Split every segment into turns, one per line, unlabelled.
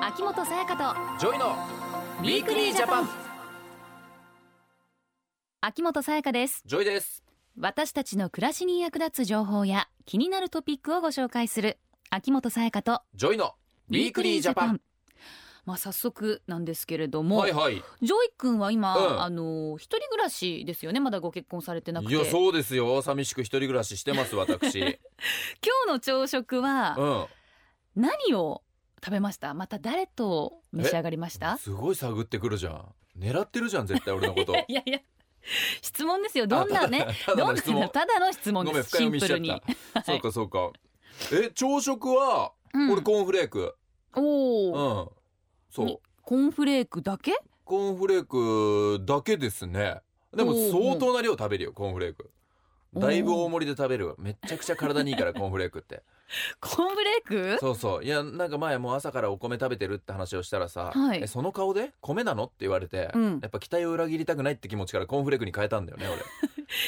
秋元さやかと
ジョイのウィークリージャパン
秋元さやかです
ジョイです
私たちの暮らしに役立つ情報や気になるトピックをご紹介する秋元さやかと
ジョイのウィークリージャパン
まあ早速なんですけれども、
はいはい
ジョイ君は今、
うん
あの一人暮らしですよねまだご結婚されてなく
い
て
や
今
そうですよ寂しく一人暮らししてます私 うん
日の朝食は何を食べましたまた誰と召し上がりました
すごい探ってくるじゃん狙ってるじゃん絶対俺のこと
いやいや質問ですよどんなね
ただ
ど
の
ん
質問
なただの質
ご
問
め
で
ん深
すシ
読み
ン
し
プ
ちゃ
ル
っ
に、
た そうかそうかえ朝食は
うん
俺コーンフレーク
お
うん
お、
そう
にコーンフレークだけ
コーンフレークだけですねでも
おー
相当な量食べるよコーンフレーク
おー
だいぶ大盛りで食べるわめちゃくちゃ体にいいからコーンフレークって
コーンフレーク
そうそういやなんか前もう朝からお米食べてるって話をしたらさ「
はい
えその顔で米なの?」って言われて、
うん
やっぱ期待を裏切りたくないって気持ちからコーンフレークに変えたんだよね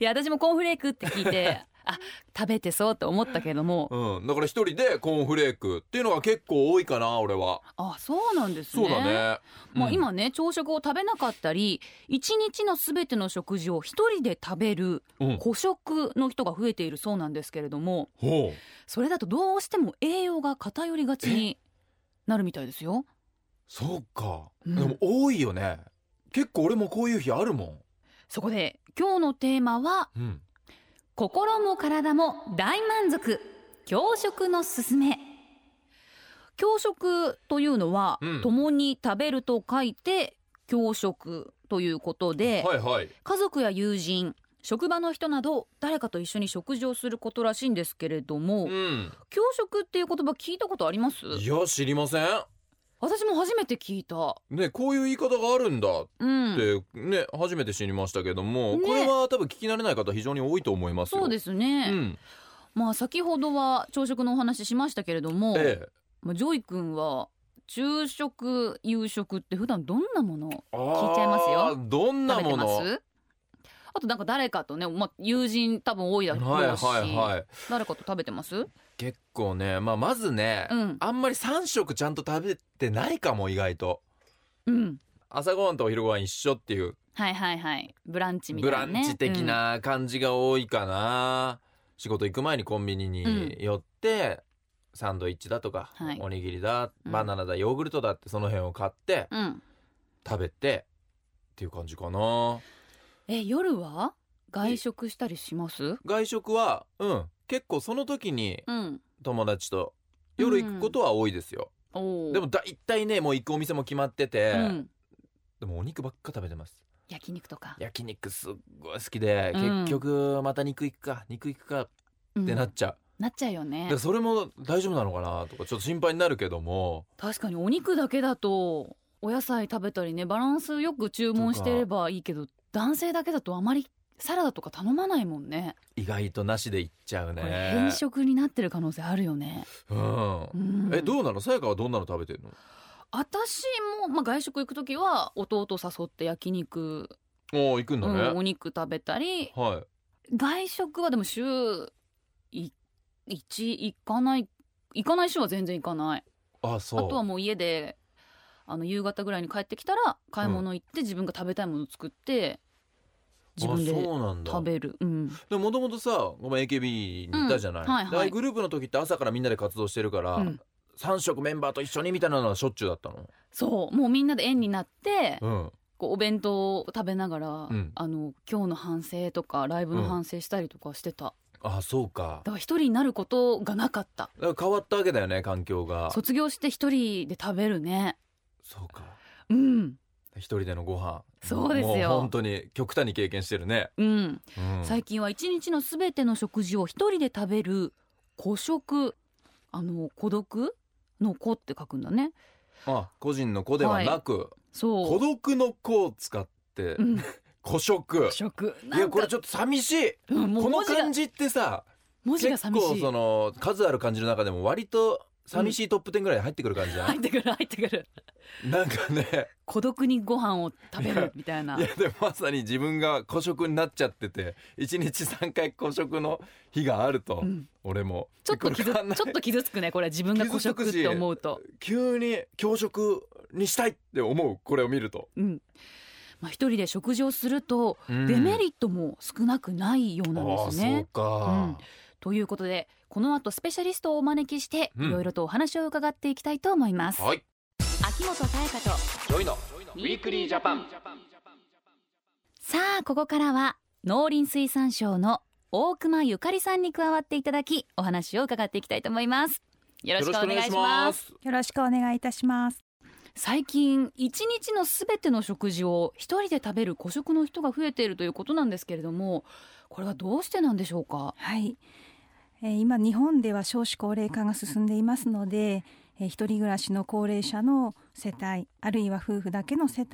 いや私もコーンフレークって聞いて あ食べてそうと思ったけども
俺、うん、だから一人でコーンフレークっていうのが結構多いかな俺は
あそうなんですね
そうだね
まあ、
うん
今ね朝食を食べなかったり一日のすべての食事を一人で食べる
うん
個食の人が増えているそうなんですけれども
ほう
それだとどうしても栄養が偏りがちになるみたいですよ
そうか、
うん
でも多いよね結構俺もこういう日あるも
そこで今日のテーマは
ん、うん、
心も体も大満足教食のすすめ教食というのは、
うん
共に食べると書いて教食ということで、
はいはい
家族や友人職場の人など誰かと一緒に食事をすることらしいんですけれども、
うん
教食っていう言葉聞いたことあります
いや知りません
私も初めて聞いた
ねこういう言い方があるんだっ
うん
てね初めて知りましたけども、
ね
これは多分聞き慣れない方非常に多いと思いますよ
そうですね、
うん、
まあ先ほどは朝食のお話ししましたけれども、
ええ
まあ、ジョイ君は昼食夕食って普段どんなものを
聞
いちゃいますよ
どんな
食べて
も
ま
の
すあとなんか誰かとね、まあ、友人多分多いだろうし、
はいはいはい
誰かと食べてます
結構ね、まあ、まずね、
うん
あんまり3食ちゃんと食べてないかも意外と
うん
朝ごはんとお昼ごはん一緒っていう
はいはいはいブランチみたい
ブラ
な、ね、
ンチ的
うん
な感じが多いかな、仕事行く前にコンビニに寄って、サンドイッチだとか、
はい
おにぎりだ
うん
バナナだヨーグルトだってその辺を買って
うん
食べてっていう感じかな
え夜は外食したりします
外食はうん結構その時に
うん
友達と夜行くことは多いですよ、
おー
でも大体ねもう行くお店も決まってて、
うん、
でもお肉ばっか食べてます
焼肉とか
焼肉すっごい好きで、
うん
結局また肉行くか肉行くかってな
う
っ
ん
ちゃう、
なっちゃうよ
だ
ね
からそれも大丈夫なのかなとかちょっと心配になるけども
確かにお肉だけだとお野菜食べたりねバランスよく注文してればいいけど男性だけだとあまりサラダとか頼まないもんね
意外となしで行っちゃう
こ
ね
れ変色になってる可能性あるよね、
うん
うん、
えどうなのさやかはどんなの食べてるの
私も、まあ、外食行く時は弟誘って焼肉、
おー行くんだ
う
ね、
んお肉食べたり
はい
外食はでも週い1行かない行かない週は全然行かない
あ
あ
そう
とはもう家であの夕方ぐらいに帰ってきたら買い物行って自分が食べたいものを作って自分
あ
で
そうなんだ
食べるうん
でもともとさごめん AKB にいたじゃない,
う
で、
んはいはい
ああうグループの時って朝からみんなで活動してるから、
うん
3食メンバーと一緒にみたいなのはしょっちゅうだったの
そうもうみんなで縁になって
うん
こうお弁当を食べながら、
ん
あの今日の反省とかライブの反省したりとかしてた、
あそうか
だから一人になることがなかった
だから変わったわけだよね環境がそ
卒業して一人で食べるね
うか
うん
一人でのご飯
そうですよ
もう本当に極端に経験してるね、
うん、
うん
最近は一日のすべての食事を一人で食べる孤食あの孤独の子って書くんだね
あ個人の子ではなく、
そ
孤
う
独の子を使って
うん
孤食
孤食
い
な
や
ん
これ
か
ちょっと寂しい
うんもう
この
文字が
感じってさ
文字が
結
寂し
構
い
その数ある漢字の中でも割と寂しいトップ10ぐらい入ってくる感じじゃ
入っ
ん、
てくる入ってくる
なんかね
孤独にご飯を食べるみたいない
やでもまさに自分が孤食になっちゃってて1日3回孤食の日があると、
うん
俺も
ちょっと傷
で
ち
これ
ょっと傷つくねこれ自分が孤食って思うと、
急に教食にしたいって思うこれを見ると、
うんまあ、一人で食事をするとデメリットも少なくないようなんですね。
ああ
ということでこの後スペシャリストをお招きして
うん
いろいろとお話を伺っていきたいと思います、
そうか、はい
秋元彩香と
ジョイの
ウ
ィークリージャパン
さあここからは農林水産省の大熊ゆかりさんに加わっていただきお話を伺っていきたいと思いますよろしくお願いします
す
よろしくお願いいたします。
最近一日のすべての食事を一人で食べる孤食の人が増えているということなんですけれどもこれはどうしてなんでしょうか
はい。えー今日本では少子高齢化が進んでいますので、えー一人暮らしの高齢者の世帯、あるいは夫婦だけの世帯、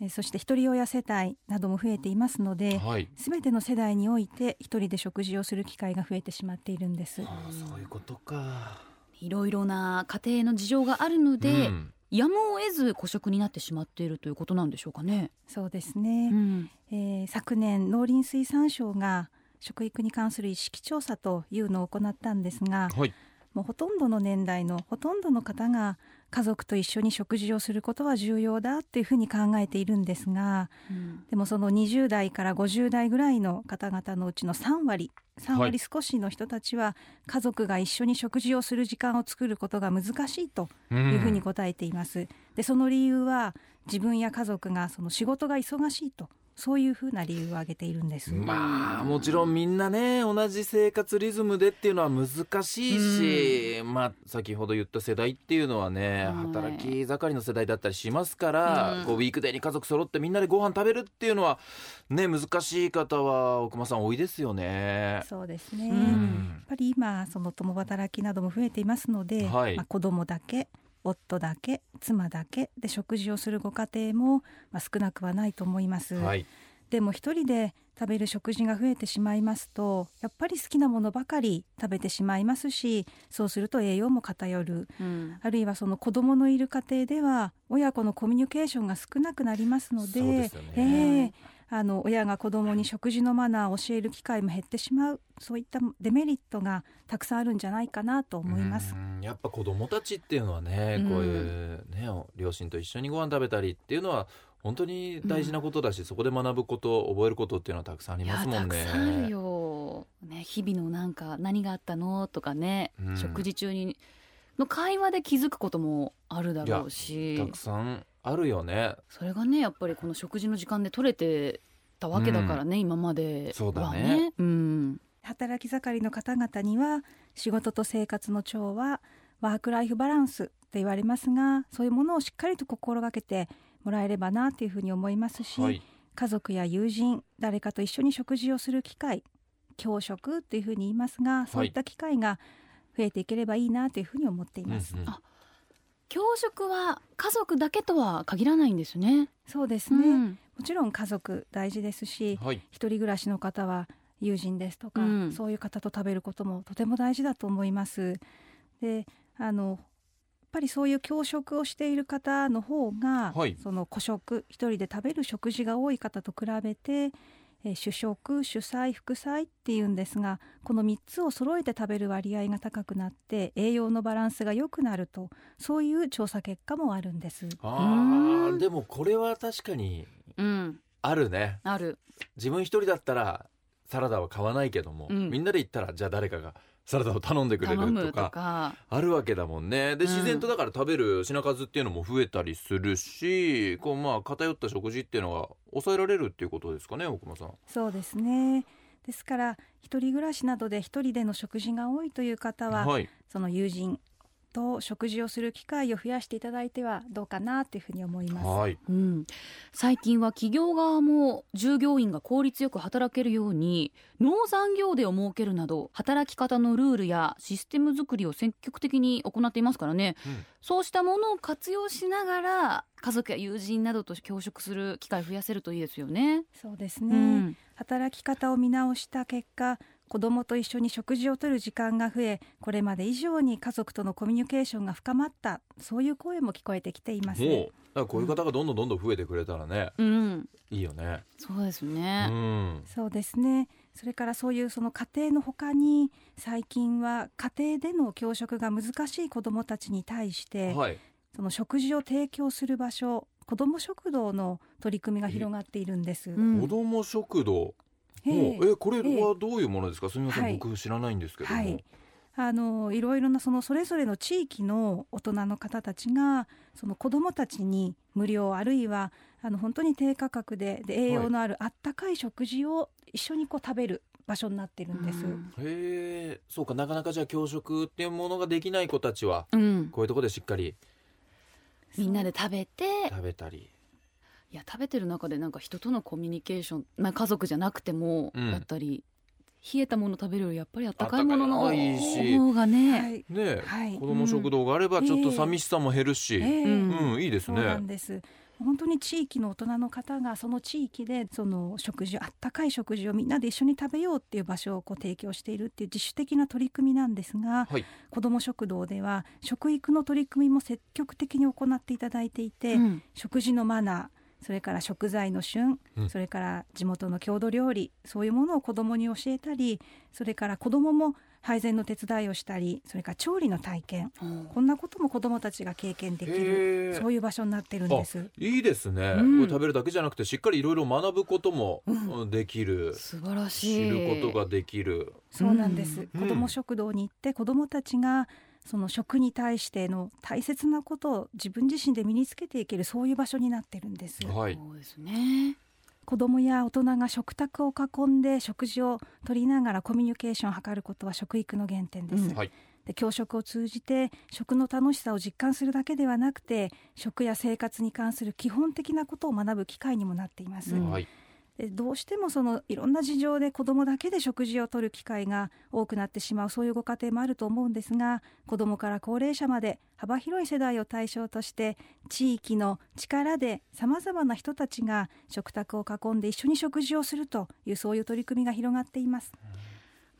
えーそして一人親世帯なども増えていますので、
はい
すべての世代において一人で食事をする機会が増えてしまっているんです。
ああそういうことか
いろいろな家庭の事情があるので、
うん
やむを得ず孤食になってしまっているということなんでしょうかね。
そうですね。えー昨年農林水産省が食育に関する意識調査というのを行ったんですが、
はい
もうほとんどの年代のほとんどの方が家族と一緒に食事をすることは重要だっていうふうに考えているんですが
うん
でもその20代から50代ぐらいの方々のうちの3割3割少しの人たちは家族が一緒に食事をする時間を作ることが難しいというふうに答えています。でその理由は自分や家族がその仕事が忙しいとそういうふうな理由を挙げているんです。
まあもちろんみんなね同じ生活リズムでっていうのは難しいし、まあ先ほど言った世代っていうのはね、
はい
働き盛りの世代だったりしますから、
うん
こうウィークデーに家族揃ってみんなでご飯食べるっていうのはね難しい方は奥間さん多いですよね。
そうです
う
ね、やっ
ん
ぱり今その共働きなども増えていますので、
はい
まあ、子供だけ夫だけ妻だけで食事をするご家庭も、まあ、少なくはないと思います、
はい、
でも一人で食べる食事が増えてしまいますとやっぱり好きなものばかり食べてしまいますしそうすると栄養も偏る
うん
あるいはその子供のいる家庭では親子のコミュニケーションが少なくなりますので
そうですよね
ええあの親が子供に食事のマナーを教える機会も減ってしまうそういったデメリットがたくさんあるんじゃないかなと思います。
うんやっぱ子供たちっていうのはね、
うん
こういうね両親と一緒にご飯食べたりっていうのは本当に大事なことだし、そこで学ぶこと覚えることっていうのはたくさんあり
い
ま
や
すも
た
ん
く
ね。
さんあるよ、ね、日々のなんか何があったのとかね、
うん
食事中にの会話で気づくこともあるだろうした
くさんあるよね
それがねやっぱりこの食事の時間で取れてたわけだからね、今まではね
そうだね
うん
働き盛りの方々には仕事と生活の調和ワークライフバランスって言われますがそういうものをしっかりと心がけてもらえればなというふうに思いますし、
はい
家族や友人誰かと一緒に食事をする機会教食っていうふうに言いますがそういった機会が増えていければいいなというふうに思ってい
うんう
ま
ん
す。
あ教食は家族だけとは限らないんですね。
そうです
う
ね、
ん
もちろん家族大事ですし
はい
一人暮らしの方は友人ですとか、
うん
そういう方と食べることもとても大事だと思います。であのやっぱりそういう教食をしている方の方が、
はい
その孤食一人で食べる食事が多い方と比べて、えー主食主菜副菜っていうんですがこの3つを揃えて食べる割合が高くなって栄養のバランスが良くなるとそういう調査結果もあるんです。
あ
う
ー
ん
でもこれは確かに
うん、
あるね
ある
自分一人だったらサラダは買わないけども、
うん
みんなで行ったらじゃあ誰かがサラダを頼んでくれる
頼む
と
と
か
か
あるわけだもんねで
うん
自然とだから食べる品数っていうのも増えたりするし、こうまあ偏った食事っていうのが抑えられるっていうことですかね奥間さん。
そうですねですから一人暮らしなどで一人での食事が多いという方は、
はい
その友人と食事をする機会を増やしていただいてはどうかなというふうに思います。
はい
うん、最近は企業側も従業員が効率よく働けるように農残業デーを設けるなど働き方のルールやシステム作りを積極的に行っていますからね、
うん
そうしたものを活用しながら家族や友人などと共食する機会増やせるといいですよね。
そうですね、働き方を見直した結果子どもと一緒に食事をとる時間が増えこれまで以上に家族とのコミュニケーションが深まったそういう声も聞こえてきています。
もうだからこういう方がどんどんどんどん増えてくれたらね、
うん、
いいよね。
そうです
う
ね。
ん。
そうですねそれからそういうその家庭のほかに最近は家庭での教職が難しい子どもたちに対して、
はい。
その食事を提供する場所子ども食堂の取り組みが広がっているんです。
うん
子ども食堂。
ええ
おえこれはどういうものですか。すみません、
はい
僕知らないんですけども。
はいあのいろいろなそのそれぞれの地域の大人の方たちがその子どもたちに無料あるいはあの本当に低価格でで栄養のあるあったかい食事を一緒にこう食べる場所になってるんです。
うん
へえ、そうかなかなかじゃあ教職っていうものができない子たちは
うん、
こういうところでしっかり
みんなで食べて
食べたり。
いや食べてる中でなんか人とのコミュニケーション、まあ、家族じゃなくても
うん
だったり、冷えたもの食べるよりやっぱりあったかいものの
あったかいのがいいし
方がね、
はい、
ねえ、
はい
子ども食堂があればちょっと
うん
寂しさも減るし、
ええ
うん
うんいいです
そうな
ね
ん。です本当に地域の大人の方がその地域でその食事あったかい食事をみんなで一緒に食べようっていう場所をこう提供しているっていう自主的な取り組みなんですが、
はい
子ども食堂では食育の取り組みも積極的に行っていただいていて、
うん
食事のマナーそれから食材の旬、
うん
それから地元の郷土料理そういうものを子どもに教えたりそれから子どもも配膳の手伝いをしたりそれから調理の体験こんなことも子どもたちが経験できる
へえ
そういう場所になってるんです。
いいですね、
うん
これ食べるだけじゃなくてしっかりいろいろ学ぶことも
う
できる、
素晴らし
知
い
ることができる。
そうなんです、
うん
子ども食堂に行って子どもたちがその食に対しての大切なことを自分自身で身につけていけるそういう場所になってるんです
はい。
そうですね
子どもや大人が食卓を囲んで食事を取りながらコミュニケーションを図ることは食育の原点です、
うん
はい
で教食を通じて食の楽しさを実感するだけではなくて食や生活に関する基本的なことを学ぶ機会にもなっています、
うん
はい。
でどうしてもそのいろんな事情で子どもだけで食事をとる機会が多くなってしまうそういうご家庭もあると思うんですが子どもから高齢者まで幅広い世代を対象として地域の力でさまざまな人たちが食卓を囲んで一緒に食事をするというそういう取り組みが広がっています。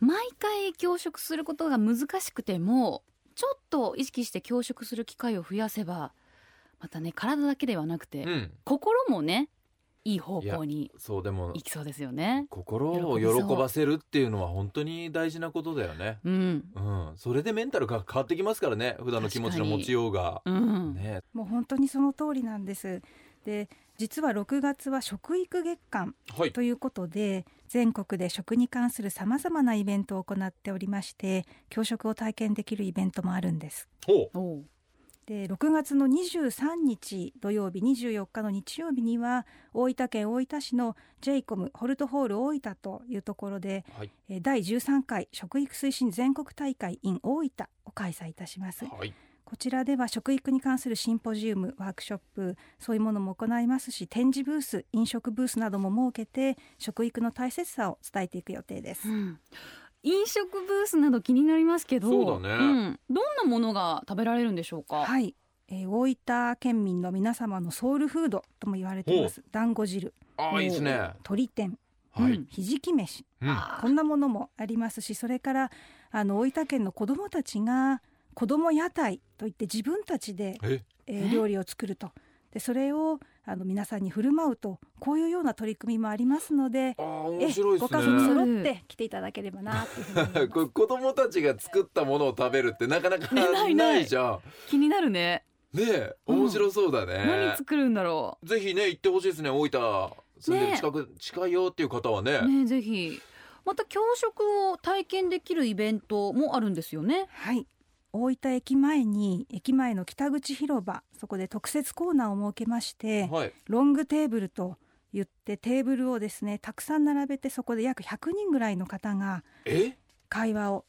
毎回教食することが難しくてもちょっと意識して教食する機会を増やせばまたね体だけではなくて、
うん。
心もねいい方向に
そうでも
いきそうですよね。
心を喜ばせるっていうのは本当に大事なことだよね。
うん、
うん、それでメンタルが変わってきますからね普段の気持ちの持ちようが。
うん、
ね、
もう本当にその通りなんですで実は6月は食育月間
はい。
ということで全国で食に関するさまざまなイベントを行っておりまして教食を体験できるイベントもあるんです
ほう。
おう
で6月の23日土曜日24日の日曜日には大分県大分市の JCOM ホルトホール大分というところで、
はい
えー第13回食育推進全国大会 in 大分を開催いたします
はい。
こちらでは食育に関するシンポジウムワークショップそういうものも行いますし展示ブース飲食ブースなども設けて食育の大切さを伝えていく予定です、
うん飲食ブースなど気になりますけど
そうだね
ん、どんなものが食べられるんでしょうか、
はい、えー大分県民の皆様のソウルフードとも言われています団子汁
あ
お
あ
う
いいですね。
鶏天
うん
はい。
ひじき飯
うん。
こんなものもありますしそれからあの大分県の子どもたちが子ども屋台といって自分たちで、
え、
えー
え
料理を作るとでそれをあの皆さんに振る舞うとこういうような取り組みもありますので
ああ
え
面
え
白いで
ご
す
家族
ね。
揃って来ていただければなっていうふうに思 い
こ
ま
れ子供たちが作ったものを食べるってなかなか
ねないない
ないじゃ
気になるね、
ん。ねえ、面白そうだね
何。作るんだろ
ぜひね行ってほしいですね大分住んでる
ね
近く、近いよっていう方はね
うねぜひまた教食を体験できるイベントもあるんですよね
はい大分駅前に駅前の北口広場そこで特設コーナーを設けまして
はい
ロングテーブルと言ってテーブルをですねたくさん並べてそこで約100人ぐらいの方が
え
会話を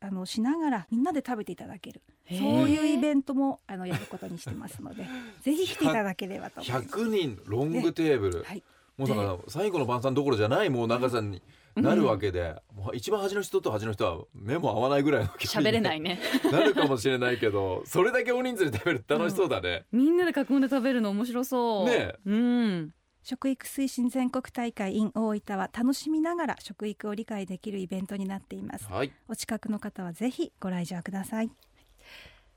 あのしながらみんなで食べていただける
そ
そういうイ
ン
ベントもあのやることにしてます のでぜひ来ていただければと思います。
100人ロングテーブル、
はい
もうだから最後の晩餐どころじゃないもう長さになるわけで、もう一番端の人と端の人は目も合わないぐらいの距離に
喋れないね
なるかもしれないけどそれだけ大人数で食べるって楽しそうだね、
みんなで囲んで食べるの面白そう
ねえ
うん
食育推進全国大会 in 大分は楽しみながら食育を理解できるイベントになっています
はい。
お近くの方はぜひご来場ください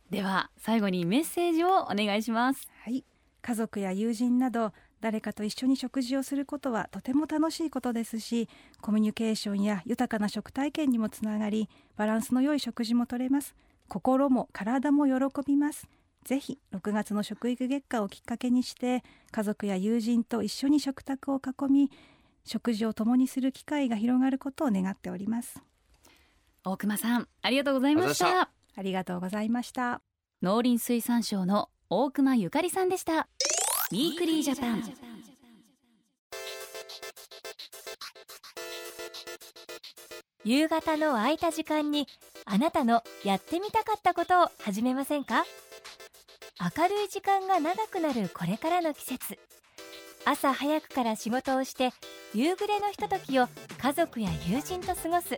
では最後にメッセージをお願いします
はい、家族や友人など誰かと一緒に食事をすることはとても楽しいことですしコミュニケーションや豊かな食体験にもつながりバランスの良い食事もとれます心も体も喜びますぜひ6月の食育月間をきっかけにして家族や友人と一緒に食卓を囲み食事を共にする機会が広がることを願っております
大熊さんありがとうございました
ありが
ありがとうございました
農林水産省の大熊ゆかりさんでしたウィークリージャパン
夕方の空いた時間にあなたのやってみたかったことを始めませんか明るい時間が長くなるこれからの季節朝早くから仕事をして夕暮れのひとときを家族や友人と過ごす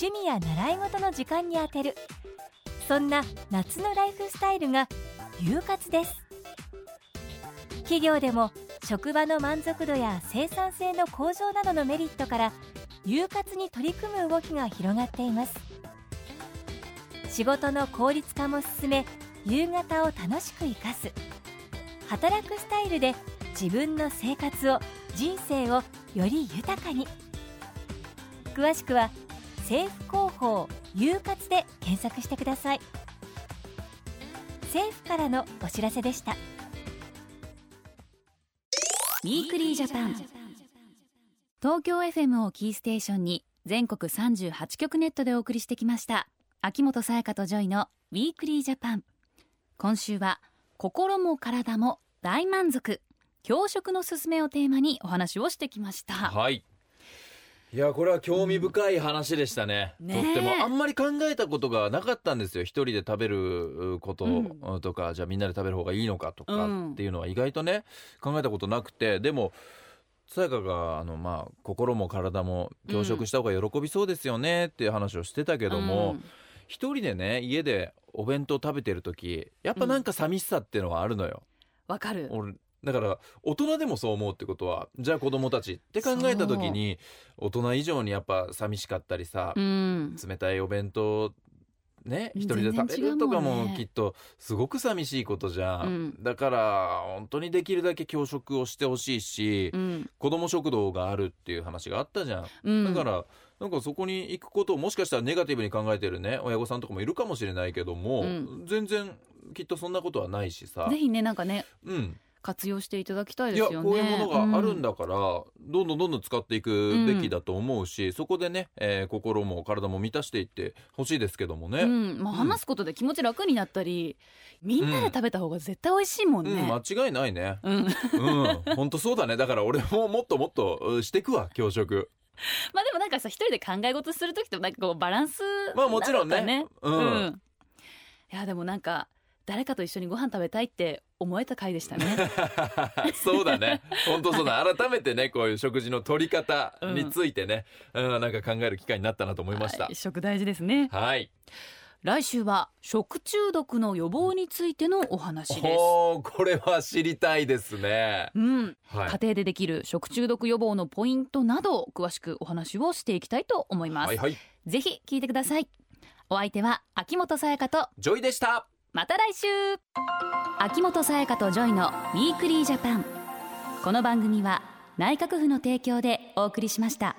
趣味や習い事の時間に充てるそんな夏のライフスタイルが夕活です企業でも職場の満足度や生産性の向上などのメリットから有活に取り組む動きが広がっています仕事の効率化も進め夕方を楽しく生かす働くスタイルで自分の生活を人生をより豊かに詳しくは政府広報有活で検索してください政府からのお知らせでした
ウィークリージャパン東京 FM をキーステーションに全国38局ネットでお送りしてきました秋元才加とジョイのウィークリージャパン今週は心も体も大満足教職のすすめをテーマにお話をしてきました、
はい。いや、これは興味深い話でしたね。
うんねえ
とっても、あんまり考えたことがなかったんですよ。一人で食べることとか、じゃあみんなで食べる方がいいのかと
う
か
ん
っていうのは意外とね、考えたことなくて、でも、さやかが、あの、まあ、心も体も教食した方が喜びそうですよねっていう話をしてたけども、
うん
一人でね、家でお弁当食べてる時、やっぱなんか寂しさっていうのはあるのよ。
わかる
俺だから大人でもそう思うってことはじゃあ子供たちって考えた時に大人以上にやっぱ寂しかったりさ、
うん
冷たいお弁当ね一人で食べ
全然違うもんね
るとかもきっとすごく寂しいことじゃん、
うん
だから本当にできるだけ教職をしてほしいし、
うん
子供食堂があるっていう話があったじゃん、
うん
だからなんかそこに行くことをもしかしたらネガティブに考えてるね親御さんとかもいるかもしれないけども、
うん
全然きっとそんなことはないしさ
ぜ、ひねなんかね
うん、
活用していただきたい
い
で
や
すよね
こういうものがあるんだから、どんどんどんどん使っていくべきだと思うし、そこでね、えー心も体も満たしていってほしいですけども
う
ね、
んまあ、
うん
話すことで気持ち楽になったり、みんなで食べた方が絶対美味しいもん
うん
ね、
間違いないね
うん
うん本当そうだねだから俺ももっともっとうんしてくわ教職
まあでもなんかさ一人で考え事する時となんかこうバランス
まあもちろんね
なのかね
うん
うんいやでもなんか誰かと一緒にご飯食べたいって思えた回でした ね
そうだね本当そうだ改めてねこういう食事の取り方についてね、うんなんか考える機会になったなと思いました
はい食大事ですね
はい
来週は食中毒の予防についてのお話です
おーこれは知りたいですね
うん、
はい
家庭でできる食中毒予防のポイントなど詳しくお話をしていきたいと思います、
はいはい
ぜひ聞いてくださいお相手は秋元才加と
ジョイでした
また来週秋元才加とジョイのウィークリージャパンこの番組は内閣府の提供でお送りしました